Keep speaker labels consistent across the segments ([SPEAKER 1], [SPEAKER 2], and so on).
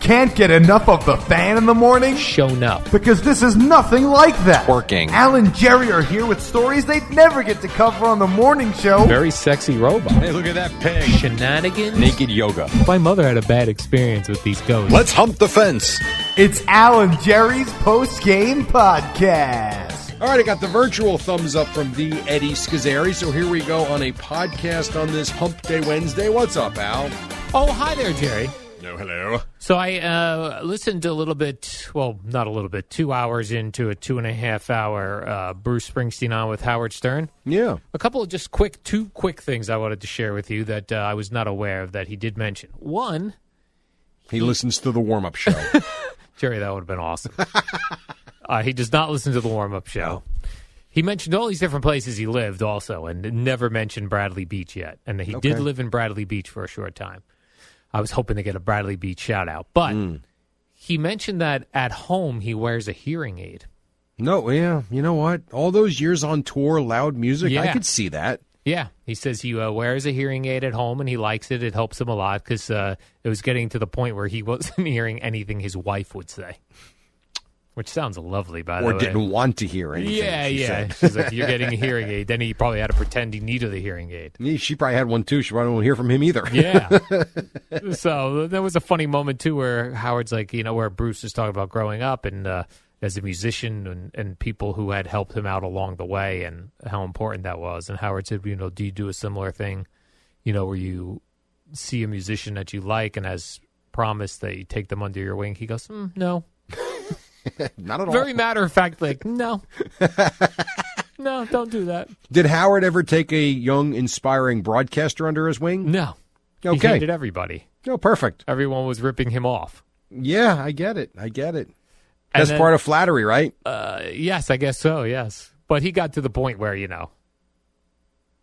[SPEAKER 1] Can't get enough of the fan in the morning?
[SPEAKER 2] shown up.
[SPEAKER 1] Because this is nothing like that.
[SPEAKER 3] Twerking.
[SPEAKER 1] Al and Jerry are here with stories they'd never get to cover on the morning show.
[SPEAKER 2] Very sexy robot.
[SPEAKER 3] Hey, look at that pig.
[SPEAKER 2] Shenanigans.
[SPEAKER 3] Naked yoga.
[SPEAKER 2] My mother had a bad experience with these ghosts.
[SPEAKER 3] Let's hump the fence.
[SPEAKER 1] It's Al and Jerry's post game podcast.
[SPEAKER 4] All right, I got the virtual thumbs up from the Eddie Scazzeri. So here we go on a podcast on this Hump Day Wednesday. What's up, Al?
[SPEAKER 2] Oh, hi there, Jerry.
[SPEAKER 4] No, hello.
[SPEAKER 2] So I uh, listened a little bit, well, not a little bit, two hours into a two and a half hour uh, Bruce Springsteen on with Howard Stern.
[SPEAKER 4] Yeah.
[SPEAKER 2] A couple of just quick, two quick things I wanted to share with you that uh, I was not aware of that he did mention. One,
[SPEAKER 4] He listens to the warm up show.
[SPEAKER 2] Jerry, that would have been awesome. uh, he does not listen to the warm up show. He mentioned all these different places he lived also and never mentioned Bradley Beach yet. And he did live in Bradley Beach for a short time. I was hoping to get a Bradley Beach shout out. But he mentioned that at home he wears a hearing aid.
[SPEAKER 4] no, yeah. You know what? All those years on tour, loud music,
[SPEAKER 2] Yeah.
[SPEAKER 4] I could see that.
[SPEAKER 2] Yeah, he says he uh, wears a hearing aid at home and he likes it. It helps him a lot because uh, it was getting to the point where he wasn't hearing anything his wife would say, which sounds lovely, by
[SPEAKER 4] or
[SPEAKER 2] the way.
[SPEAKER 4] didn't want to hear anything.
[SPEAKER 2] Yeah,
[SPEAKER 4] she
[SPEAKER 2] yeah.
[SPEAKER 4] said.
[SPEAKER 2] She's like, you're getting a hearing aid. Then he probably had to pretend he needed a hearing aid.
[SPEAKER 4] Yeah, She probably had one too. She probably won't hear from him either.
[SPEAKER 2] Yeah. so that was a funny moment too, where Howard's like, you know, where Bruce is talking about growing up and uh, as a musician and, and people who had helped him out along the way and how important that was. And Howard said, you know, do you do a similar thing, you know, where you see a musician that you like and has promised that you take them under your wing? He goes, mm, no,
[SPEAKER 4] Not at all.
[SPEAKER 2] very matter of fact, like no. No, don't do that.
[SPEAKER 4] Did Howard ever take a young, inspiring broadcaster under his wing?
[SPEAKER 2] No. He
[SPEAKER 4] Okay.
[SPEAKER 2] hated everybody.
[SPEAKER 4] No, perfect.
[SPEAKER 2] Everyone was ripping him off.
[SPEAKER 4] Yeah, I get it. I get it.
[SPEAKER 2] And
[SPEAKER 4] That's
[SPEAKER 2] then-
[SPEAKER 4] part of flattery, right?
[SPEAKER 2] Uh, yes, I guess so. Yes, but he got to the point where you know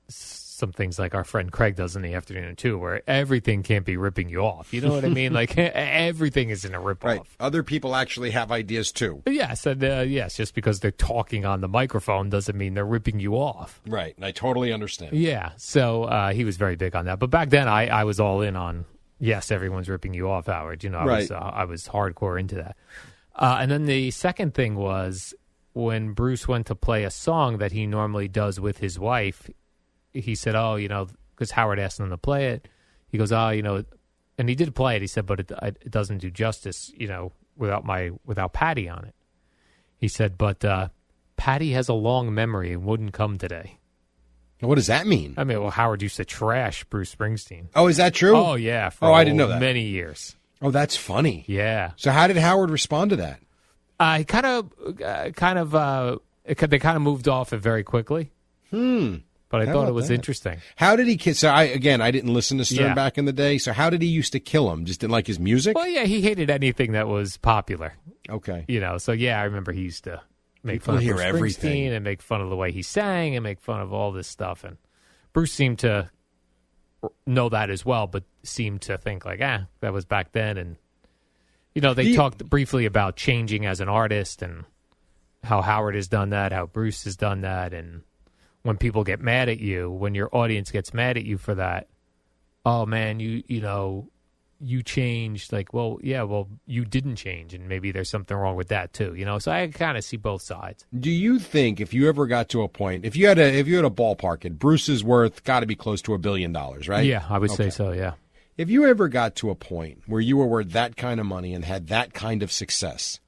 [SPEAKER 2] s- some things like our friend Craig does in the afternoon too, where everything can't be ripping you off. You know what I mean? Like e- everything is in a ripoff.
[SPEAKER 4] right. Other people actually have ideas too.
[SPEAKER 2] Yes, and uh, yes, just because they're talking on the microphone doesn't mean they're ripping you off.
[SPEAKER 4] Right. And I totally understand.
[SPEAKER 2] Yeah, so uh, he was very big on that. But back then, I, I was all in on yes, everyone's ripping you off, Howard. You know, I was
[SPEAKER 4] Right.
[SPEAKER 2] uh, I was hardcore into that. Uh, and then the second thing was when Bruce went to play a song that he normally does with his wife. He said, "Oh, you know," because Howard asked him to play it. He goes, "Oh, you know," and he did play it. He said, "But it, it doesn't do justice, you know, without my without Patty on it." He said, "But uh, Patty has a long memory and wouldn't come today."
[SPEAKER 4] What does that mean?
[SPEAKER 2] I mean, well, Howard used to trash Bruce Springsteen.
[SPEAKER 4] Oh, is that true?
[SPEAKER 2] Oh yeah. For
[SPEAKER 4] Oh, I didn't know that.
[SPEAKER 2] Many years.
[SPEAKER 4] Oh, that's funny.
[SPEAKER 2] Yeah.
[SPEAKER 4] So how did Howard respond to that?
[SPEAKER 2] I kind of, uh, kind of, uh, it, ca- they kind of moved off it very quickly. Hmm. But I
[SPEAKER 4] How
[SPEAKER 2] thought
[SPEAKER 4] about
[SPEAKER 2] it was
[SPEAKER 4] that?
[SPEAKER 2] interesting.
[SPEAKER 4] How did he kiss? So I again, I didn't listen to Stern
[SPEAKER 2] Yeah.
[SPEAKER 4] back in the day. So how did he used to kill him? Just didn't like his music.
[SPEAKER 2] Well, yeah, he hated anything that was popular,
[SPEAKER 4] Okay.
[SPEAKER 2] you know. So yeah, I remember he used to make fun
[SPEAKER 4] People
[SPEAKER 2] of
[SPEAKER 4] hear
[SPEAKER 2] Bruce
[SPEAKER 4] everything.
[SPEAKER 2] Springsteen and make fun of the way he sang and make fun of all this stuff. And Bruce seemed to r- know that as well, but seemed to think like, ah, that was back then. And you know, they
[SPEAKER 4] The-
[SPEAKER 2] talked briefly about changing as an artist and how Howard has done that, how Bruce has done that, and when people get mad at you, when your audience gets mad at you for that, oh man, you you know, you changed. Like, well, yeah, well, you didn't change, and maybe there's something wrong with that too. You know, so I kind of see both sides.
[SPEAKER 4] Do you think if you ever got to a point, if you had a if you had a ballpark, and Bruce's worth got to be close to a billion dollars, right?
[SPEAKER 2] yeah, I would say
[SPEAKER 4] Okay.
[SPEAKER 2] so. Yeah,
[SPEAKER 4] If you ever got to a point where you were worth that kind of money and had that kind of success,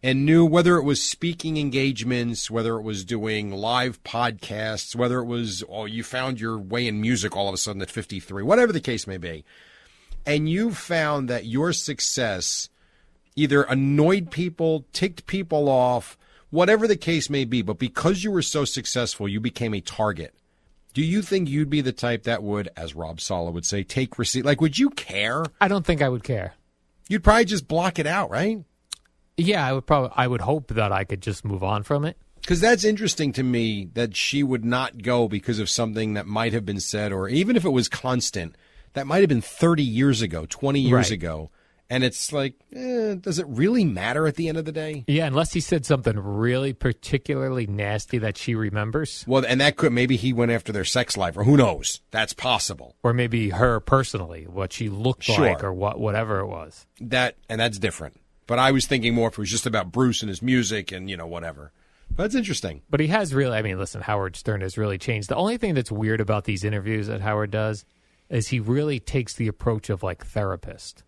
[SPEAKER 4] and knew whether it was speaking engagements, whether it was doing live podcasts, whether it was, oh, you found your way in music all of a sudden at 53, whatever the case may be. And you found that your success either annoyed people, ticked people off, whatever the case may be. But because you were so successful, you became a target. Do you think you'd be the type that would, as Rob Sala would say, take receipt? Like, would you care?
[SPEAKER 2] I don't think I would care.
[SPEAKER 4] You'd probably just block it out, right?
[SPEAKER 2] Yeah, I would probably. I would hope that I could just move on from it.
[SPEAKER 4] Because that's interesting to me that she would not go because of something that might have been said, or even if it was constant, that might have been 30 years ago, 20 years
[SPEAKER 2] Right.
[SPEAKER 4] ago. And it's like, eh, does it really matter at the end of the day?
[SPEAKER 2] Yeah, unless he said something really particularly nasty that she remembers,
[SPEAKER 4] Well, and that could maybe he went after their sex life, or who knows? That's possible.
[SPEAKER 2] or maybe her personally, what she looked
[SPEAKER 4] Sure.
[SPEAKER 2] like, or what whatever it was.
[SPEAKER 4] That and that's different. But I was thinking more if it was just about Bruce and his music and you know whatever. But it's interesting.
[SPEAKER 2] But he has really, I mean, listen, Howard Stern has really changed. The only thing that's weird about these interviews that Howard does is he really takes the approach of like therapist,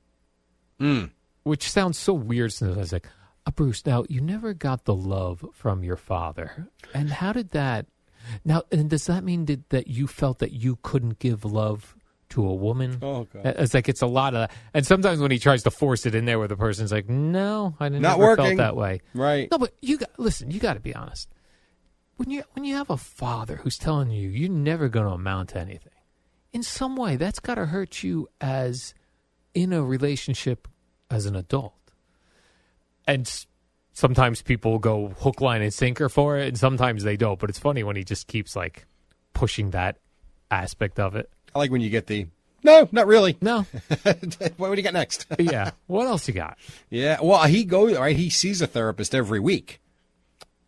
[SPEAKER 4] Hmm.
[SPEAKER 2] which sounds so weird. Since I was like, uh, Bruce, now you never got the love from your father, and how did that? Now, and does that mean that, that you felt that you couldn't give love to a woman?
[SPEAKER 4] Oh, God.
[SPEAKER 2] Uh, it's like it's a lot of, and sometimes when he tries to force it in there, where the person's like, "No, I didn't
[SPEAKER 4] Not
[SPEAKER 2] never
[SPEAKER 4] working.
[SPEAKER 2] felt that way."
[SPEAKER 4] Right.
[SPEAKER 2] No, but you got listen. You got to be honest. When you when you have a father who's telling you you're never going to amount to anything, in some way that's got to hurt you as in a relationship as an adult. And s- sometimes people go hook, line, and sinker for it, and sometimes they don't. But it's funny when he just keeps like pushing that aspect of it.
[SPEAKER 4] I like when you get the no, not really.
[SPEAKER 2] No,
[SPEAKER 4] what do you got next?
[SPEAKER 2] yeah. What else you got?
[SPEAKER 4] yeah. Well, he goes right. He sees a therapist every week.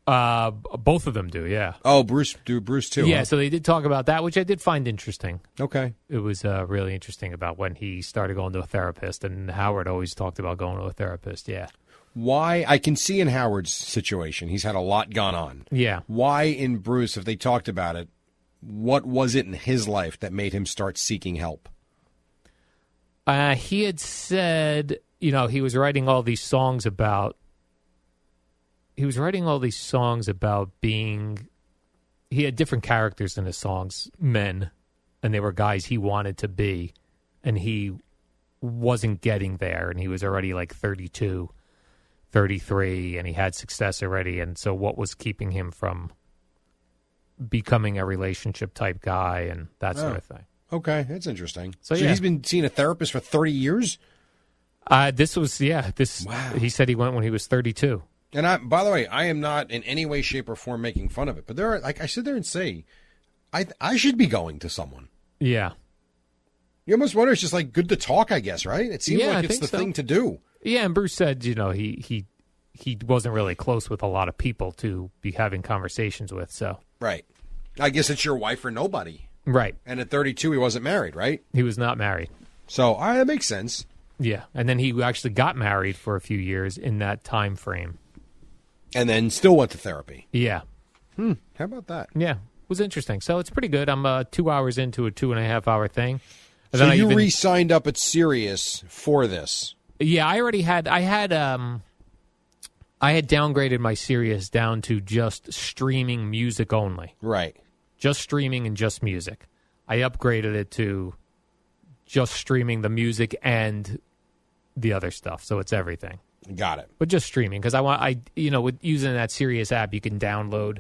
[SPEAKER 2] Uh, b- both of them do. Yeah.
[SPEAKER 4] Oh, Bruce, do Bruce too?
[SPEAKER 2] yeah,
[SPEAKER 4] huh?
[SPEAKER 2] so they did talk about that, which I did find interesting.
[SPEAKER 4] Okay.
[SPEAKER 2] It was uh, really interesting about when he started going to a therapist, and Howard always talked about going to a therapist. Yeah,
[SPEAKER 4] Why I can see in Howard's situation, he's had a lot gone on.
[SPEAKER 2] yeah,
[SPEAKER 4] Why in Bruce, if they talked about it, what was it in his life that made him start seeking help?
[SPEAKER 2] Uh, he had said, you know, he was writing all these songs about. He was writing all these songs about being. He had different characters in his songs, men, and they were guys he wanted to be, and he wasn't getting there, and he was already like 32, 33, and he had success already, and so what was keeping him from becoming a relationship type guy and that sort
[SPEAKER 4] Oh.
[SPEAKER 2] of thing?
[SPEAKER 4] Okay, that's interesting.
[SPEAKER 2] So,
[SPEAKER 4] So,
[SPEAKER 2] yeah.
[SPEAKER 4] he's been seeing a therapist for thirty years.
[SPEAKER 2] Uh, this was yeah. This
[SPEAKER 4] Wow.
[SPEAKER 2] he said he went when he was thirty two.
[SPEAKER 4] And I, by the way, I am not in any way, shape, or form making fun of it. But there are, like I sit there and say, I I should be going to someone.
[SPEAKER 2] Yeah,
[SPEAKER 4] You almost wonder it's just like good to talk, I guess, right? It seems
[SPEAKER 2] Yeah, I
[SPEAKER 4] like it's
[SPEAKER 2] think
[SPEAKER 4] the
[SPEAKER 2] so.
[SPEAKER 4] thing to do.
[SPEAKER 2] yeah. And Bruce said you know he he he wasn't really close with a lot of people to be having conversations with. So
[SPEAKER 4] Right. I guess it's your wife or nobody.
[SPEAKER 2] right,
[SPEAKER 4] And at 32, he wasn't married, right?
[SPEAKER 2] he was not married.
[SPEAKER 4] So all right, that makes sense.
[SPEAKER 2] Yeah, and then he actually got married for a few years in that time frame.
[SPEAKER 4] And then still went to therapy.
[SPEAKER 2] Yeah,
[SPEAKER 4] How about that?
[SPEAKER 2] yeah, was interesting. So it's pretty good. I'm uh, two hours into a two and a half hour thing. And
[SPEAKER 4] so
[SPEAKER 2] I
[SPEAKER 4] you
[SPEAKER 2] even-
[SPEAKER 4] re-signed up at Sirius for this.
[SPEAKER 2] Yeah, I already had I had um I had downgraded my Sirius down to just streaming music only.
[SPEAKER 4] Right.
[SPEAKER 2] Just streaming and just music. I upgraded it to just streaming the music and the other stuff, so it's everything.
[SPEAKER 4] Got it.
[SPEAKER 2] But just streaming because I want I you know with using that Sirius app you can download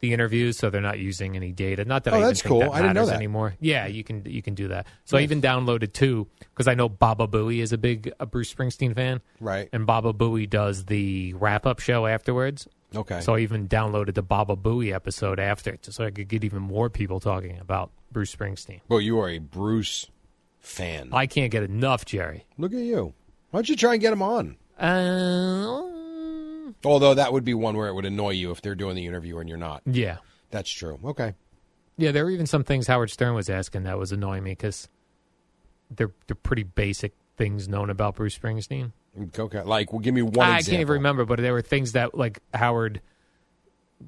[SPEAKER 2] the interviews so they're not using any data. Not that
[SPEAKER 4] Oh,
[SPEAKER 2] I even
[SPEAKER 4] that's
[SPEAKER 2] think
[SPEAKER 4] cool.
[SPEAKER 2] that
[SPEAKER 4] I didn't know
[SPEAKER 2] matters
[SPEAKER 4] that.
[SPEAKER 2] anymore. Yeah, you can you can do that. So I even downloaded two because I know Baba Booey is a big uh Bruce Springsteen fan
[SPEAKER 4] Right.
[SPEAKER 2] and Baba Booey does the wrap up show afterwards.
[SPEAKER 4] Okay.
[SPEAKER 2] So I even downloaded the Baba Booey episode after it, just so I could get even more people talking about Bruce Springsteen.
[SPEAKER 4] well, you are a Bruce fan.
[SPEAKER 2] I can't get enough, Jerry.
[SPEAKER 4] Look at you. Why don't you try and get him on?
[SPEAKER 2] Um,
[SPEAKER 4] Although that would be one where it would annoy you if they're doing the interview and you're not.
[SPEAKER 2] yeah,
[SPEAKER 4] That's true. Okay.
[SPEAKER 2] yeah. There were even some things Howard Stern was asking that was annoying me because they're they're pretty basic things known about Bruce Springsteen.
[SPEAKER 4] Okay. Like, well, give me one
[SPEAKER 2] I
[SPEAKER 4] example.
[SPEAKER 2] can't even remember, but there were things that like Howard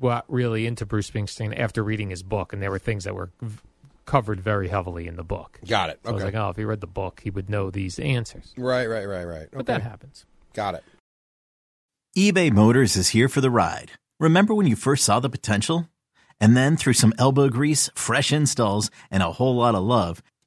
[SPEAKER 2] got really into Bruce Springsteen after reading his book, and there were things that were v- covered very heavily in the book.
[SPEAKER 4] Got it.
[SPEAKER 2] So I was
[SPEAKER 4] Okay.
[SPEAKER 2] like, oh, if he read the book, he would know these answers.
[SPEAKER 4] right, right, right, right.
[SPEAKER 2] But
[SPEAKER 4] Okay.
[SPEAKER 2] that happens.
[SPEAKER 4] Got it.
[SPEAKER 5] eBay Motors is here for the ride. Remember when you first saw the potential? And then through some elbow grease, fresh installs, and a whole lot of love,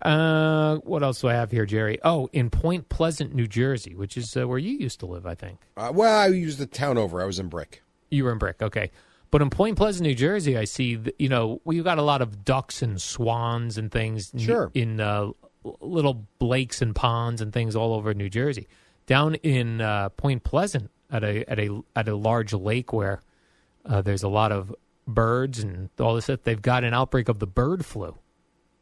[SPEAKER 2] Uh, what else do I have here, Jerry? Oh, in Point Pleasant, New Jersey, which is uh, where you used to live, I think.
[SPEAKER 4] Uh, well, I used the town over. I was in Brick.
[SPEAKER 2] You were in Brick, okay. But in Point Pleasant, New Jersey, I see, th- you know, we've got a lot of ducks and swans and things n-
[SPEAKER 4] Sure.
[SPEAKER 2] in uh, little lakes and ponds and things all over New Jersey. Down in uh, Point Pleasant, at a at a at a large lake where uh, there's a lot of birds and all this stuff, they've got an outbreak of the bird flu.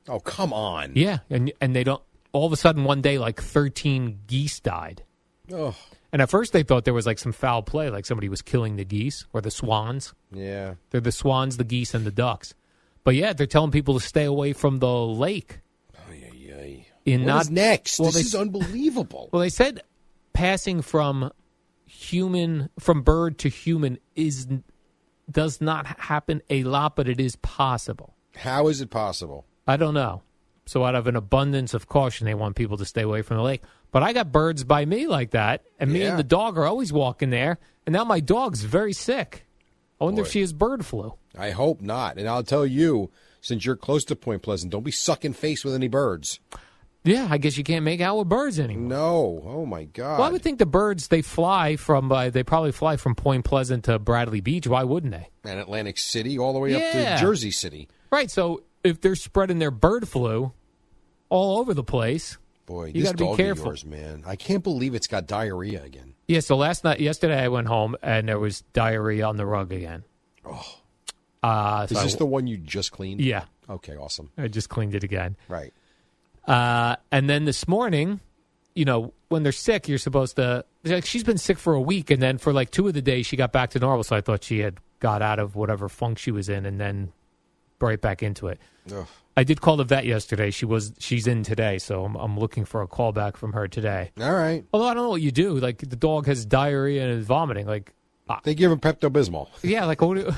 [SPEAKER 4] Oh, come on.
[SPEAKER 2] Yeah, and and they don't. All of a sudden, one day, like thirteen geese died.
[SPEAKER 4] Oh,
[SPEAKER 2] And at first, they thought there was like some foul play, like somebody was killing the geese or the swans.
[SPEAKER 4] yeah.
[SPEAKER 2] They're the swans, the geese, and the ducks. But yeah, they're telling people to stay away from the lake.
[SPEAKER 4] Ay, ay, ay.
[SPEAKER 2] In
[SPEAKER 4] What
[SPEAKER 2] not
[SPEAKER 4] is next?
[SPEAKER 2] Well,
[SPEAKER 4] this
[SPEAKER 2] they,
[SPEAKER 4] is unbelievable.
[SPEAKER 2] well, they said passing from human from bird to human is does not happen a lot, but it is possible.
[SPEAKER 4] How is it possible?
[SPEAKER 2] I don't know. So out of an abundance of caution, they want people to stay away from the lake. But I got birds by me like that, and me
[SPEAKER 4] Yeah.
[SPEAKER 2] and the dog are always walking there. And now my dog's very sick. I wonder
[SPEAKER 4] Boy.
[SPEAKER 2] if she has bird flu.
[SPEAKER 4] I hope not. And I'll tell you, since you're close to Point Pleasant, don't be sucking face with any birds.
[SPEAKER 2] Yeah, I guess you can't make out with birds anymore.
[SPEAKER 4] No. Oh my God.
[SPEAKER 2] Well, I would think the birds they fly from uh, they probably fly from Point Pleasant to Bradley Beach. Why wouldn't they?
[SPEAKER 4] and Atlantic City, all the way
[SPEAKER 2] Yeah.
[SPEAKER 4] up to Jersey City.
[SPEAKER 2] Right. So if they're spreading their bird flu all over the place,
[SPEAKER 4] Boy,
[SPEAKER 2] You
[SPEAKER 4] this
[SPEAKER 2] gotta be
[SPEAKER 4] dog
[SPEAKER 2] careful.
[SPEAKER 4] of yours, man. I can't believe it's got diarrhea again.
[SPEAKER 2] Yeah, so last night, yesterday, I went home and there was diarrhea on the rug again. Oh, uh,
[SPEAKER 4] Is
[SPEAKER 2] so I-
[SPEAKER 4] this the one you just cleaned?
[SPEAKER 2] yeah?
[SPEAKER 4] Okay, awesome.
[SPEAKER 2] I just cleaned it again.
[SPEAKER 4] Right.
[SPEAKER 2] Uh, and then this morning, you know, when they're sick, you're supposed to. Like she's been sick for a week, and then for like two of the days, she got back to normal. So I thought she had got out of whatever funk she was in, and then right back into it.
[SPEAKER 4] Ugh.
[SPEAKER 2] I did call the vet yesterday. She was she's in today, so I'm, I'm looking for a call back from her today.
[SPEAKER 4] All right.
[SPEAKER 2] Although I don't know what you do. Like the dog has diarrhea and is vomiting. Like
[SPEAKER 4] They give him Pepto Bismol.
[SPEAKER 2] Yeah, like what do,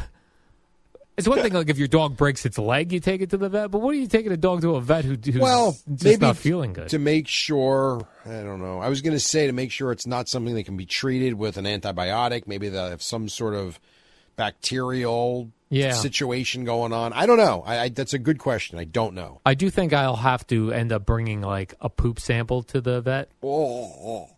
[SPEAKER 2] it's one thing like if your dog breaks its leg, you take it to the vet. But what are you taking a dog to a vet who, who's
[SPEAKER 4] Well,
[SPEAKER 2] just
[SPEAKER 4] maybe
[SPEAKER 2] not feeling good?
[SPEAKER 4] to make sure. I don't know. I was going to say to make sure it's not something that can be treated with an antibiotic. Maybe they have some sort of bacterial
[SPEAKER 2] Yeah.
[SPEAKER 4] situation going on. I don't know. I, I that's a good question. I don't know.
[SPEAKER 2] I do think I'll have to end up bringing like a poop sample to the vet.
[SPEAKER 4] Oh,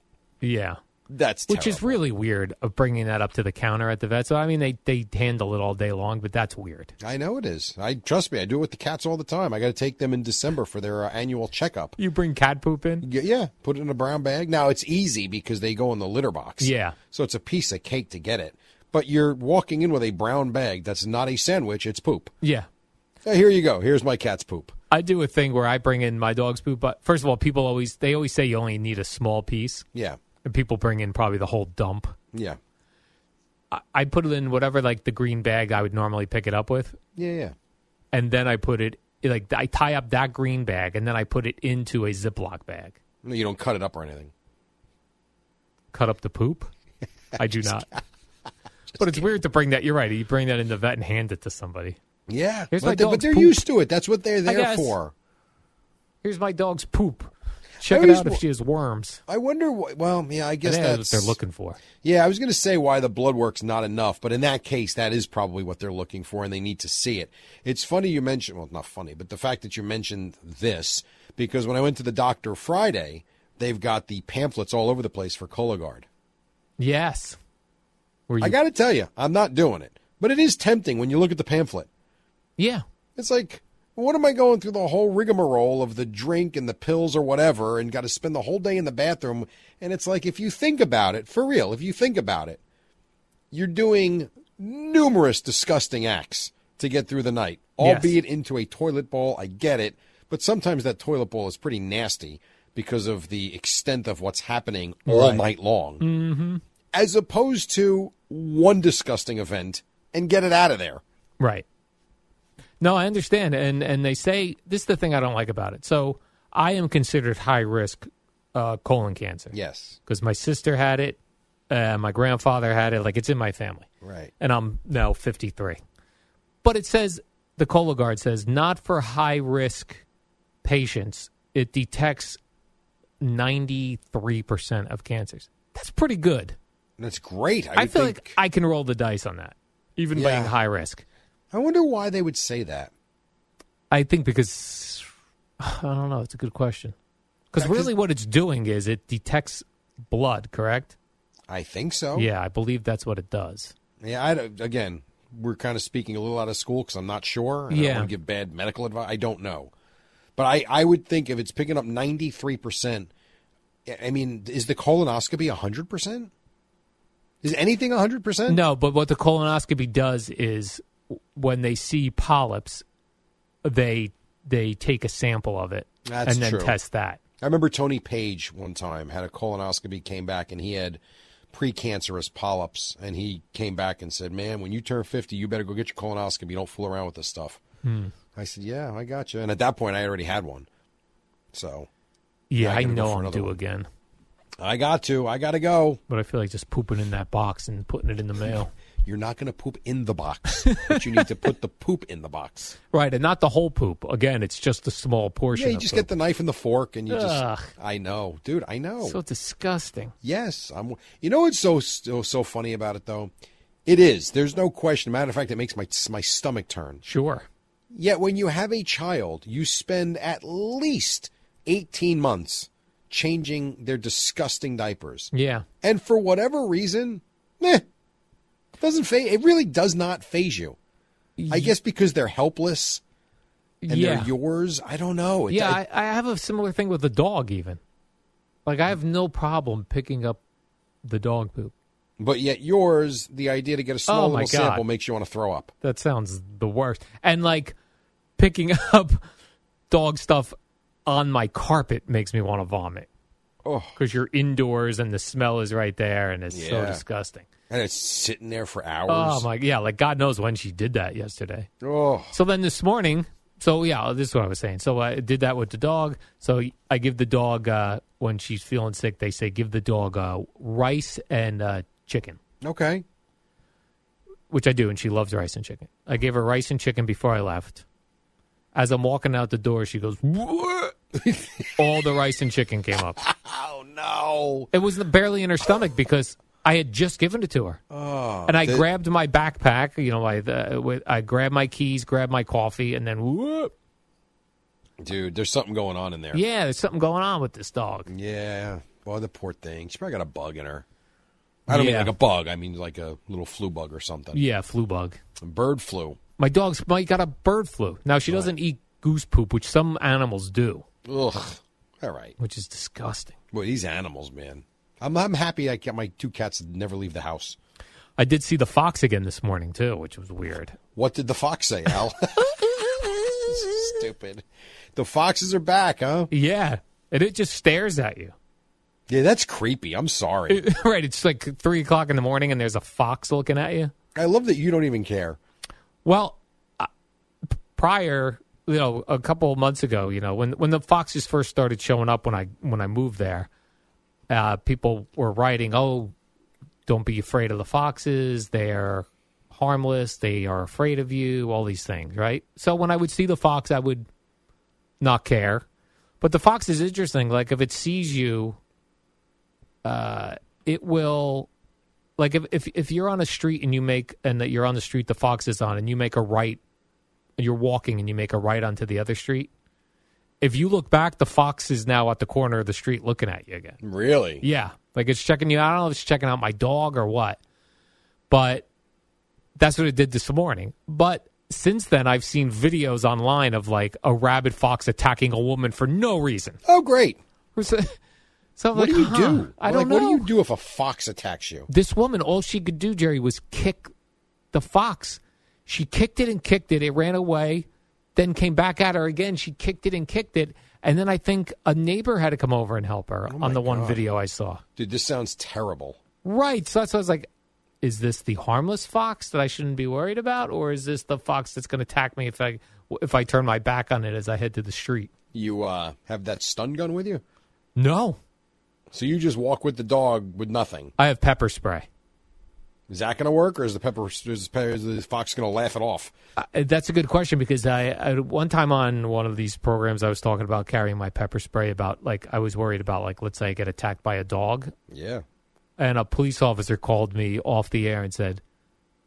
[SPEAKER 2] Yeah,
[SPEAKER 4] that's
[SPEAKER 2] which is
[SPEAKER 4] terrible.
[SPEAKER 2] really weird of bringing that up to the counter at the vet. So I mean, they they handle it all day long, but that's weird.
[SPEAKER 4] I know it is. I trust me. I do it with the cats all the time. I got to take them in December for their uh, annual checkup.
[SPEAKER 2] You bring cat poop in?
[SPEAKER 4] Y- Yeah, put it in a brown bag. Now it's easy because they go in the litter box.
[SPEAKER 2] Yeah.
[SPEAKER 4] So it's a piece of cake to get it. But you're walking in with a brown bag that's not a sandwich, it's poop.
[SPEAKER 2] Yeah.
[SPEAKER 4] Uh, here you go. Here's my cat's poop.
[SPEAKER 2] I do a thing where I bring in my dog's poop, but first of all, people always they always say you only need a small piece,
[SPEAKER 4] Yeah.
[SPEAKER 2] and people bring in probably the whole dump.
[SPEAKER 4] Yeah.
[SPEAKER 2] I- I put it in whatever like the green bag I would normally pick it up with,
[SPEAKER 4] Yeah, yeah.
[SPEAKER 2] and then I put it like I tie up that green bag, and then I put it into a Ziploc bag.
[SPEAKER 4] No, you don't cut it up or anything.
[SPEAKER 2] Cut up the poop. I do not. But it's weird to bring that. You're right. You bring that in the vet and hand it to somebody.
[SPEAKER 4] Yeah.
[SPEAKER 2] Here's my
[SPEAKER 4] But, they, but
[SPEAKER 2] dog's
[SPEAKER 4] they're
[SPEAKER 2] poop.
[SPEAKER 4] used to it. That's what they're there
[SPEAKER 2] guess.
[SPEAKER 4] for.
[SPEAKER 2] Here's my dog's poop. Check it
[SPEAKER 4] Always
[SPEAKER 2] out if
[SPEAKER 4] wa-
[SPEAKER 2] she has worms.
[SPEAKER 4] I wonder. Wh- well, yeah, I guess
[SPEAKER 2] That's what
[SPEAKER 4] that's
[SPEAKER 2] they're looking for.
[SPEAKER 4] Yeah, I was going to say why the blood work's not enough, but in that case, that is probably what they're looking for, and they need to see it. It's funny you mentioned, well, not funny, but the fact that you mentioned this, because when I went to the doctor Friday, they've got the pamphlets all over the place for Cologuard.
[SPEAKER 2] Yes. Were you?
[SPEAKER 4] I got to tell you, I'm not doing it, but it is tempting when you look at the pamphlet.
[SPEAKER 2] yeah.
[SPEAKER 4] It's like, what am I going through the whole rigmarole of the drink and the pills or whatever and got to spend the whole day in the bathroom? And it's like, if you think about it, for real, if you think about it, you're doing numerous disgusting acts to get through the night,
[SPEAKER 2] Yes.
[SPEAKER 4] albeit into a toilet bowl. I get it. But sometimes that toilet bowl is pretty nasty because of the extent of what's happening all night long. Mm-hmm. As opposed to one disgusting event and get it out of there.
[SPEAKER 2] Right. No, I understand, and and they say this is the thing I don't like about it. So I am considered high risk uh, colon cancer
[SPEAKER 4] Yes.
[SPEAKER 2] because my sister had it, uh, my grandfather had it. Like it's in my family,
[SPEAKER 4] Right.
[SPEAKER 2] and I'm now 53. But it says the Cologuard says not for high risk patients. It detects 93 percent of cancers. That's pretty good.
[SPEAKER 4] That's great. I,
[SPEAKER 2] I,
[SPEAKER 4] would
[SPEAKER 2] feel
[SPEAKER 4] think,
[SPEAKER 2] like I can roll the dice on that, even
[SPEAKER 4] Yeah.
[SPEAKER 2] being high risk.
[SPEAKER 4] I wonder why they would say that.
[SPEAKER 2] I think because I don't know. It's a good question. Because
[SPEAKER 4] Yeah, 'cause-
[SPEAKER 2] really, what it's doing is it detects blood, correct?
[SPEAKER 4] I think so.
[SPEAKER 2] Yeah, I believe that's what it does.
[SPEAKER 4] Yeah. I don't- again, we're kind of speaking a little out of school because I'm not sure. I
[SPEAKER 2] Yeah.
[SPEAKER 4] don't want to give bad medical advice. I don't know, but I I would think if it's picking up ninety three percent. I mean, is the colonoscopy hundred percent? Is anything hundred percent?
[SPEAKER 2] No, but what the colonoscopy does is w- when they see polyps, they they take a sample of it
[SPEAKER 4] That's
[SPEAKER 2] and then
[SPEAKER 4] true.
[SPEAKER 2] test that.
[SPEAKER 4] I remember Tony Page one time had a colonoscopy, came back, and he had precancerous polyps. And he came back and said, Man, when you turn 50, you better go get your colonoscopy. Don't fool around with this stuff. I said, Yeah, I got you. And at that point, I already had one. So
[SPEAKER 2] Yeah,
[SPEAKER 4] I
[SPEAKER 2] I
[SPEAKER 4] gotta go
[SPEAKER 2] know
[SPEAKER 4] for
[SPEAKER 2] I'm
[SPEAKER 4] another
[SPEAKER 2] due
[SPEAKER 4] one.
[SPEAKER 2] again,
[SPEAKER 4] I got to. I got to go.
[SPEAKER 2] but I feel like just pooping in that box and putting it in the mail.
[SPEAKER 4] You're not going to poop in the box, but you need to put the poop in the box.
[SPEAKER 2] right, and not the whole poop. Again, it's just a small portion.
[SPEAKER 4] Yeah, you
[SPEAKER 2] of
[SPEAKER 4] just
[SPEAKER 2] poop.
[SPEAKER 4] get the knife and the fork, and you
[SPEAKER 2] Ugh.
[SPEAKER 4] just. I know. Dude, I know.
[SPEAKER 2] so disgusting.
[SPEAKER 4] Yes, I'm. You know what's so so so funny about it though? It is. There's no question. Matter of fact, it makes my my stomach turn.
[SPEAKER 2] Sure.
[SPEAKER 4] Yet when you have a child, you spend at least 18 months changing their disgusting diapers,
[SPEAKER 2] Yeah.
[SPEAKER 4] and for whatever reason, meh, doesn't phase. It really does not phase you. I guess because they're helpless and
[SPEAKER 2] yeah.
[SPEAKER 4] they're yours. I don't know. It-
[SPEAKER 2] yeah,
[SPEAKER 4] I-
[SPEAKER 2] I, I have a similar thing with the dog. Even like I have no problem picking up the dog poop.
[SPEAKER 4] but yet yours, the idea to get a small
[SPEAKER 2] Oh, my
[SPEAKER 4] little
[SPEAKER 2] God.
[SPEAKER 4] sample makes you want to throw up.
[SPEAKER 2] That sounds the worst. And like picking up dog stuff on my carpet makes me want to vomit.
[SPEAKER 4] Oh.
[SPEAKER 2] because you're indoors and the smell is right there, and it's so
[SPEAKER 4] Yeah.
[SPEAKER 2] disgusting.
[SPEAKER 4] and it's sitting there for
[SPEAKER 2] Oh
[SPEAKER 4] hours.
[SPEAKER 2] my, yeah, like God knows when she did that yesterday.
[SPEAKER 4] Oh,
[SPEAKER 2] So then this morning, so yeah, this is what I was saying. So I did that with the dog. So I give the dog uh, when she's feeling sick. They say give the dog uh, rice and uh, chicken,
[SPEAKER 4] okay.
[SPEAKER 2] which I do, and she loves rice and chicken. I gave her rice and chicken before I left. As I'm walking out the door, she goes, "What?" all the rice and chicken came up.
[SPEAKER 4] Oh no.
[SPEAKER 2] It was barely in her stomach because I had just given it to her. and I
[SPEAKER 4] the-
[SPEAKER 2] grabbed my backpack. You know, I uh, with, I grabbed my keys, grabbed my coffee, and then whoop.
[SPEAKER 4] Dude, there's something going on in there.
[SPEAKER 2] Yeah, there's something going on with this dog.
[SPEAKER 4] Yeah. Boy, the poor thing. She probably got a bug in her. I don't mean
[SPEAKER 2] Yeah.
[SPEAKER 4] like a bug. I mean like a little flu bug or something.
[SPEAKER 2] Yeah, flu bug.
[SPEAKER 4] Bird flu.
[SPEAKER 2] My dog's might got a bird flu. Now she doesn't eat goose poop, which some animals do,
[SPEAKER 4] Ugh. All right.
[SPEAKER 2] which is disgusting.
[SPEAKER 4] Boy, these animals, man. I'm, I'm happy I get my two cats never leave the house.
[SPEAKER 2] I did see the fox again this morning too, which was weird.
[SPEAKER 4] What did the fox say, Al? Stupid. The foxes are back, huh?
[SPEAKER 2] Yeah, and it just stares at you.
[SPEAKER 4] Yeah, that's creepy. I'm sorry.
[SPEAKER 2] right, it's like three o'clock in the morning, and there's a fox looking at you.
[SPEAKER 4] I love that you don't even care.
[SPEAKER 2] Well, uh, p- prior, you know, a couple of months ago, you know, when when the foxes first started showing up when I when I moved there, uh, people were writing, "Oh, don't be afraid of the foxes. They're harmless. They are afraid of you. All these things, right?" So when I would see the fox, I would not care. But the fox is interesting. Like if it sees you, uh, it will like if, if if you're on a street and you make and that you're on the street the fox is on and you make a right and you're walking and you make a right onto the other street if you look back the fox is now at the corner of the street looking at you again
[SPEAKER 4] Really?
[SPEAKER 2] yeah like it's checking you out i don't know if it's checking out my dog or what but that's what it did this morning but since then, I've seen videos online of like a rabid fox attacking a woman for no reason.
[SPEAKER 4] Oh, great.
[SPEAKER 2] So I'm
[SPEAKER 4] What
[SPEAKER 2] like,
[SPEAKER 4] do you
[SPEAKER 2] huh,
[SPEAKER 4] do?
[SPEAKER 2] I
[SPEAKER 4] Like,
[SPEAKER 2] don't
[SPEAKER 4] What
[SPEAKER 2] know.
[SPEAKER 4] do you do if a fox attacks you?
[SPEAKER 2] This woman, all she could do, Jerry, was kick the fox. She kicked it and kicked it. It ran away, then came back at her again. She kicked it and kicked it. And then I think a neighbor had to come over and help her on the one video I saw.
[SPEAKER 4] Dude, this sounds terrible.
[SPEAKER 2] Right. So that's why I was like, is this the harmless fox that I shouldn't be worried about, or is this the fox that's going to attack me if I if I turn my back on it as I head to the street?
[SPEAKER 4] You uh, have that stun gun with you?
[SPEAKER 2] No,
[SPEAKER 4] So you just walk with the dog with nothing.
[SPEAKER 2] I have pepper spray.
[SPEAKER 4] Is that going to work, or is the pepper is, the- is the fox going to laugh it off?
[SPEAKER 2] Uh, that's a good question because I, I one time on one of these programs I was talking about carrying my pepper spray about like I was worried about like let's say I get attacked by a dog
[SPEAKER 4] Yeah.
[SPEAKER 2] and a police officer called me off the air and said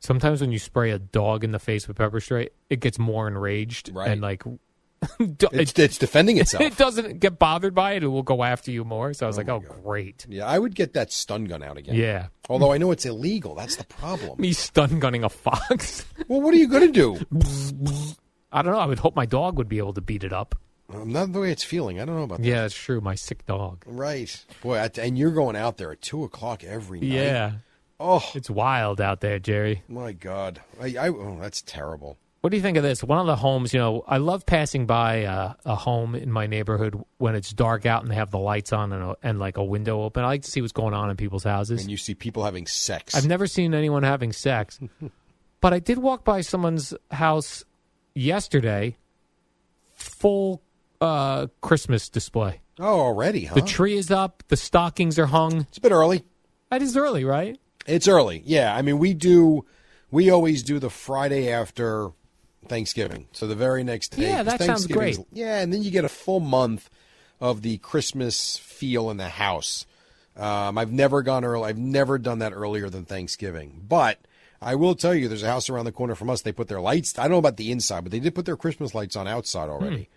[SPEAKER 2] sometimes when you spray a dog in the face with pepper spray it gets more enraged
[SPEAKER 4] Right.
[SPEAKER 2] and like
[SPEAKER 4] It's,
[SPEAKER 2] it,
[SPEAKER 4] it's defending
[SPEAKER 2] it
[SPEAKER 4] itself.
[SPEAKER 2] doesn't get bothered by it it will go after you more so I was like oh great
[SPEAKER 4] yeah, I would get that stun gun out again.
[SPEAKER 2] yeah
[SPEAKER 4] Although I know it's illegal. That's the problem.
[SPEAKER 2] me stun gunning a fox
[SPEAKER 4] well, what are you going to do?
[SPEAKER 2] I don't know I would hope my dog would be able to beat it up
[SPEAKER 4] Um, not the way it's feeling. I don't know about that.
[SPEAKER 2] yeah that's true my sick dog
[SPEAKER 4] Right. Boy, I, and you're going out there at 2 o'clock every night.
[SPEAKER 2] yeah.
[SPEAKER 4] Oh,
[SPEAKER 2] It's wild out there, Jerry.
[SPEAKER 4] my God. I, I, oh, that's terrible.
[SPEAKER 2] What do you think of this? One of the homes, you know, I love passing by uh, a home in my neighborhood when it's dark out and they have the lights on and, a, and like a window open. I like to see what's going on in people's houses.
[SPEAKER 4] And you see people having sex.
[SPEAKER 2] I've never seen anyone having sex, but I did walk by someone's house yesterday, full uh, Christmas display.
[SPEAKER 4] oh, already, huh?
[SPEAKER 2] The tree is up, the stockings are hung.
[SPEAKER 4] it's a bit early.
[SPEAKER 2] That is early, right?
[SPEAKER 4] It's early. Yeah, I mean we do we always do the Friday after Thanksgiving. So the very next day.
[SPEAKER 2] Yeah,
[SPEAKER 4] 'cause
[SPEAKER 2] that sounds
[SPEAKER 4] Thanksgiving's-
[SPEAKER 2] great.
[SPEAKER 4] Yeah, and then you get a full month of the Christmas feel in the house. Um, I've never gone early. I've never done that earlier than Thanksgiving. But I will tell you, there's a house around the corner from us. They put their lights. I don't know about the inside, but they did put their Christmas lights on outside already,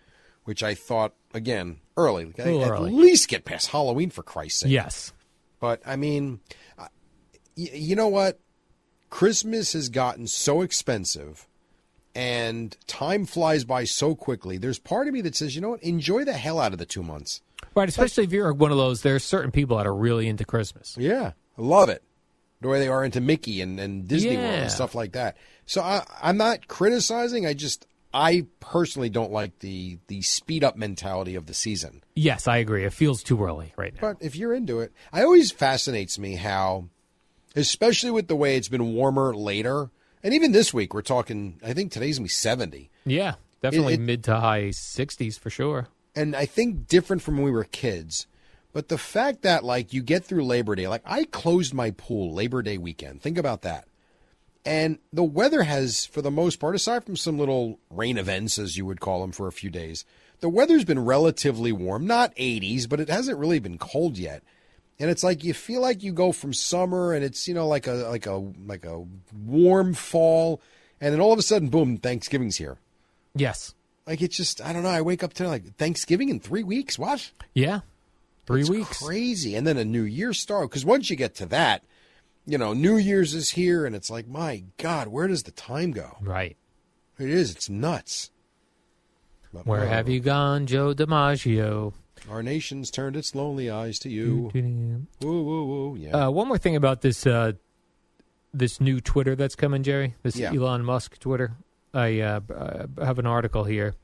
[SPEAKER 4] which I thought again early. Like,
[SPEAKER 2] Hmm. little
[SPEAKER 4] at
[SPEAKER 2] early.
[SPEAKER 4] least get past Halloween for Christ's sake.
[SPEAKER 2] Yes.
[SPEAKER 4] But I mean, I- y- you know what? Christmas has gotten so expensive and time flies by so quickly. There's part of me that says, you know what? Enjoy the hell out of the two months.
[SPEAKER 2] Right, especially if you're one of those, there are certain people that are really into Christmas.
[SPEAKER 4] Yeah. I love it. The way they are into Mickey and, and Disney World
[SPEAKER 2] Yeah.
[SPEAKER 4] and stuff like that. So I, I'm not criticizing. I just, I personally don't like the, the speed up mentality of the season.
[SPEAKER 2] Yes, I agree. It feels too early right now.
[SPEAKER 4] But if you're into it, I always fascinates me how, especially with the way it's been warmer later, and even this week we're talking. I think today's gonna be seventy,
[SPEAKER 2] yeah, definitely
[SPEAKER 4] it-
[SPEAKER 2] mid to high 60s for sure.
[SPEAKER 4] and I think different from when we were kids. But the fact that like you get through Labor Day, like I closed my pool Labor Day weekend. Think about that. And the weather has, for the most part, aside from some little rain events, as you would call them, for a few days, the weather's been relatively warm. Not 80s, but it hasn't really been cold yet. And it's like you feel like you go from summer, and it's you know like a like a like a warm fall, and then all of a sudden, boom, Thanksgiving's here.
[SPEAKER 2] Yes.
[SPEAKER 4] Like it's just I don't know. I wake up today like Thanksgiving in three weeks. What?
[SPEAKER 2] Yeah. Three weeks.
[SPEAKER 4] crazy. And then a New Year start because once you get to that, you know, New Year's is here, and it's like my God, where does the time go?
[SPEAKER 2] Right.
[SPEAKER 4] It is. It's nuts. But
[SPEAKER 2] Where
[SPEAKER 4] whatever.
[SPEAKER 2] have you gone, Joe DiMaggio?
[SPEAKER 4] Our nation's turned its lonely eyes to you. Woo, woo, woo. Yeah.
[SPEAKER 2] Uh, one more thing about this uh, this new Twitter that's coming, Jerry. This
[SPEAKER 4] Yeah.
[SPEAKER 2] Elon Musk Twitter. I uh, b- uh, have an article here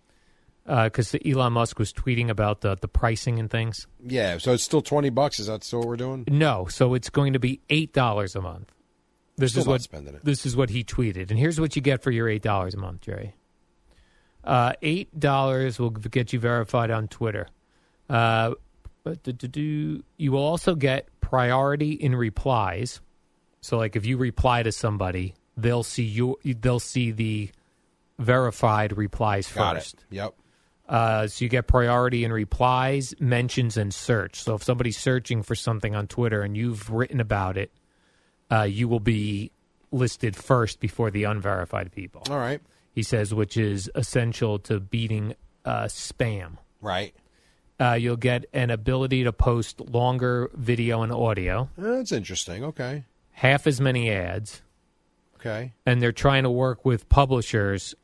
[SPEAKER 2] because Elon Musk was tweeting about the, the pricing and things.
[SPEAKER 4] yeah. So it's still twenty bucks. Is that still what we're doing?
[SPEAKER 2] No, so it's going to be eight dollars a month. This
[SPEAKER 4] Still
[SPEAKER 2] is
[SPEAKER 4] not
[SPEAKER 2] what
[SPEAKER 4] spending it.
[SPEAKER 2] this is what he tweeted, and here's what you get for your eight dollars a month, Jerry. Uh, eight dollars will get you verified on Twitter. Uh, but do- do- do- you will also get priority in replies. So, like, if you reply to somebody, they'll see you. They'll see the verified replies
[SPEAKER 4] Got
[SPEAKER 2] first.
[SPEAKER 4] it. Yep.
[SPEAKER 2] Uh, so you get priority in replies, mentions, and search. So if somebody's searching for something on Twitter and you've written about it, uh, you will be listed first before the unverified people.
[SPEAKER 4] All right.
[SPEAKER 2] He says, which is essential to beating uh, spam.
[SPEAKER 4] Right.
[SPEAKER 2] Uh, you'll get an ability to post longer video and audio,
[SPEAKER 4] Uh, That's interesting. Okay.
[SPEAKER 2] half as many ads,
[SPEAKER 4] Okay.
[SPEAKER 2] and they're trying to work with publishers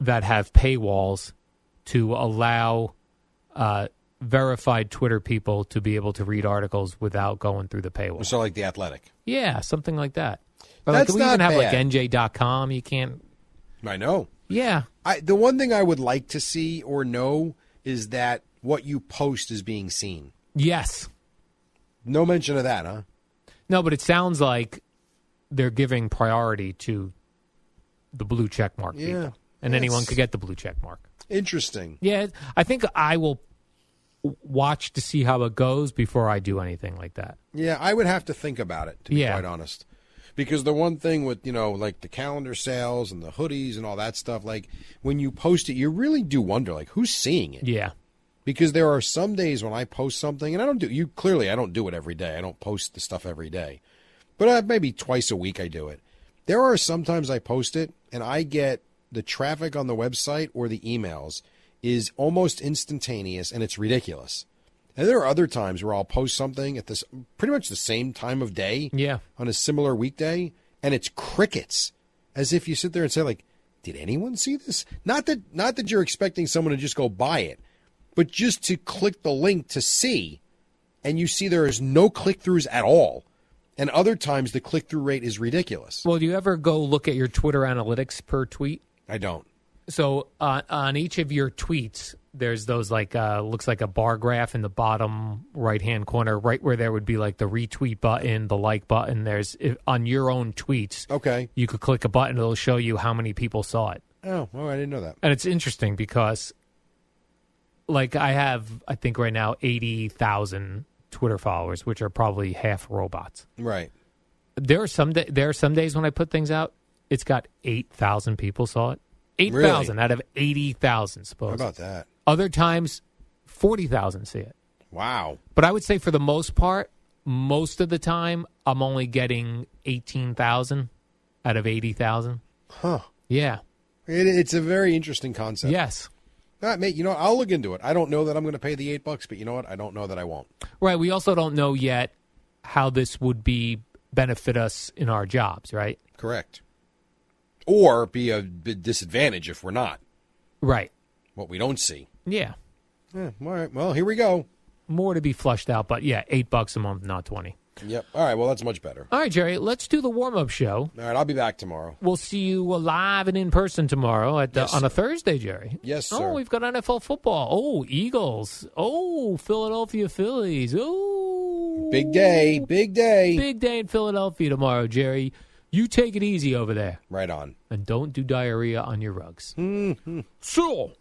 [SPEAKER 2] that have paywalls to allow uh, verified Twitter people to be able to read articles without going through the paywall.
[SPEAKER 4] So like the Athletic.
[SPEAKER 2] yeah, something like that. But like,
[SPEAKER 4] That's
[SPEAKER 2] we even
[SPEAKER 4] not
[SPEAKER 2] have like
[SPEAKER 4] bad.
[SPEAKER 2] NJ.com. You can't.
[SPEAKER 4] I know.
[SPEAKER 2] Yeah,
[SPEAKER 4] I the one thing I would like to see or know is that what you post is being seen.
[SPEAKER 2] yes,
[SPEAKER 4] No mention of that, huh?
[SPEAKER 2] no, but it sounds like they're giving priority to the blue check mark
[SPEAKER 4] Yeah.
[SPEAKER 2] people, and anyone
[SPEAKER 4] That's-
[SPEAKER 2] could get the blue check mark.
[SPEAKER 4] Interesting.
[SPEAKER 2] Yeah, I think I will w- watch to see how it goes before I do anything like that.
[SPEAKER 4] Yeah, I would have to think about it to be
[SPEAKER 2] Yeah.
[SPEAKER 4] quite honest. Because the one thing with, you know, like the calendar sales and the hoodies and all that stuff, like when you post it, you really do wonder like who's seeing it?
[SPEAKER 2] Yeah,
[SPEAKER 4] because there are some days when I post something and I don't do you clearly I don't do it every day. I don't post the stuff every day. But I, maybe twice a week I do it. There are sometimes I post it and I get the traffic on the website or the emails is almost instantaneous and it's ridiculous. And there are other times where I'll post something at this pretty much the same time of day
[SPEAKER 2] yeah,
[SPEAKER 4] on a similar weekday and it's crickets as if you sit there and say like did anyone see this not that not that you're expecting someone to just go buy it but just to click the link to see and you see there is no click throughs at all and other times the click through rate is ridiculous
[SPEAKER 2] Well, do you ever go look at your Twitter analytics per tweet?
[SPEAKER 4] i don't
[SPEAKER 2] So uh, on each of your tweets, there's those like uh, looks like a bar graph in the bottom right hand corner, right where there would be like the retweet button, the like button. There's if, on your own tweets,
[SPEAKER 4] okay
[SPEAKER 2] you could click a button; it'll show you how many people saw it.
[SPEAKER 4] oh well, i didn't know that
[SPEAKER 2] And it's interesting because, like, I have I think right now eighty thousand Twitter followers, which are probably half robots.
[SPEAKER 4] right
[SPEAKER 2] there are some da- there are some days when I put things out, it's got eight thousand people saw it. Eight
[SPEAKER 4] Really?
[SPEAKER 2] thousand out of eighty thousand,
[SPEAKER 4] how
[SPEAKER 2] suppose.
[SPEAKER 4] about that
[SPEAKER 2] Other times, forty thousand see it.
[SPEAKER 4] wow
[SPEAKER 2] But I would say for the most part, most of the time, I'm only getting eighteen thousand out of eighty thousand.
[SPEAKER 4] huh
[SPEAKER 2] Yeah.
[SPEAKER 4] it, it's a very interesting concept
[SPEAKER 2] Yes.
[SPEAKER 4] Ah, mate you know what? i'll look into it i don't know that i'm going to pay the eight bucks but you know what i don't know that i won't
[SPEAKER 2] Right. We also don't know yet how this would be benefit us in our jobs. Right.
[SPEAKER 4] Correct. Or be a b- disadvantage if we're not,
[SPEAKER 2] Right.
[SPEAKER 4] what we don't see.
[SPEAKER 2] Yeah.
[SPEAKER 4] Yeah, all right. Well, here we go.
[SPEAKER 2] More to be flushed out, but yeah, eight bucks a month, not twenty.
[SPEAKER 4] Yep. All right. Well, that's much better.
[SPEAKER 2] All right, Jerry, let's do the warm up show.
[SPEAKER 4] All right. I'll be back tomorrow.
[SPEAKER 2] We'll see you live and in person tomorrow at the,
[SPEAKER 4] Yes,
[SPEAKER 2] on a Thursday, Jerry.
[SPEAKER 4] Yes,
[SPEAKER 2] Oh,
[SPEAKER 4] sir.
[SPEAKER 2] we've got NFL football. Oh, Eagles. Oh, Philadelphia Phillies. Oh,
[SPEAKER 4] Big day. Big day.
[SPEAKER 2] Big day in Philadelphia tomorrow, Jerry. You take it easy over there
[SPEAKER 4] Right on. Mm-hmm.
[SPEAKER 2] and don't do diarrhea on your rugs. So.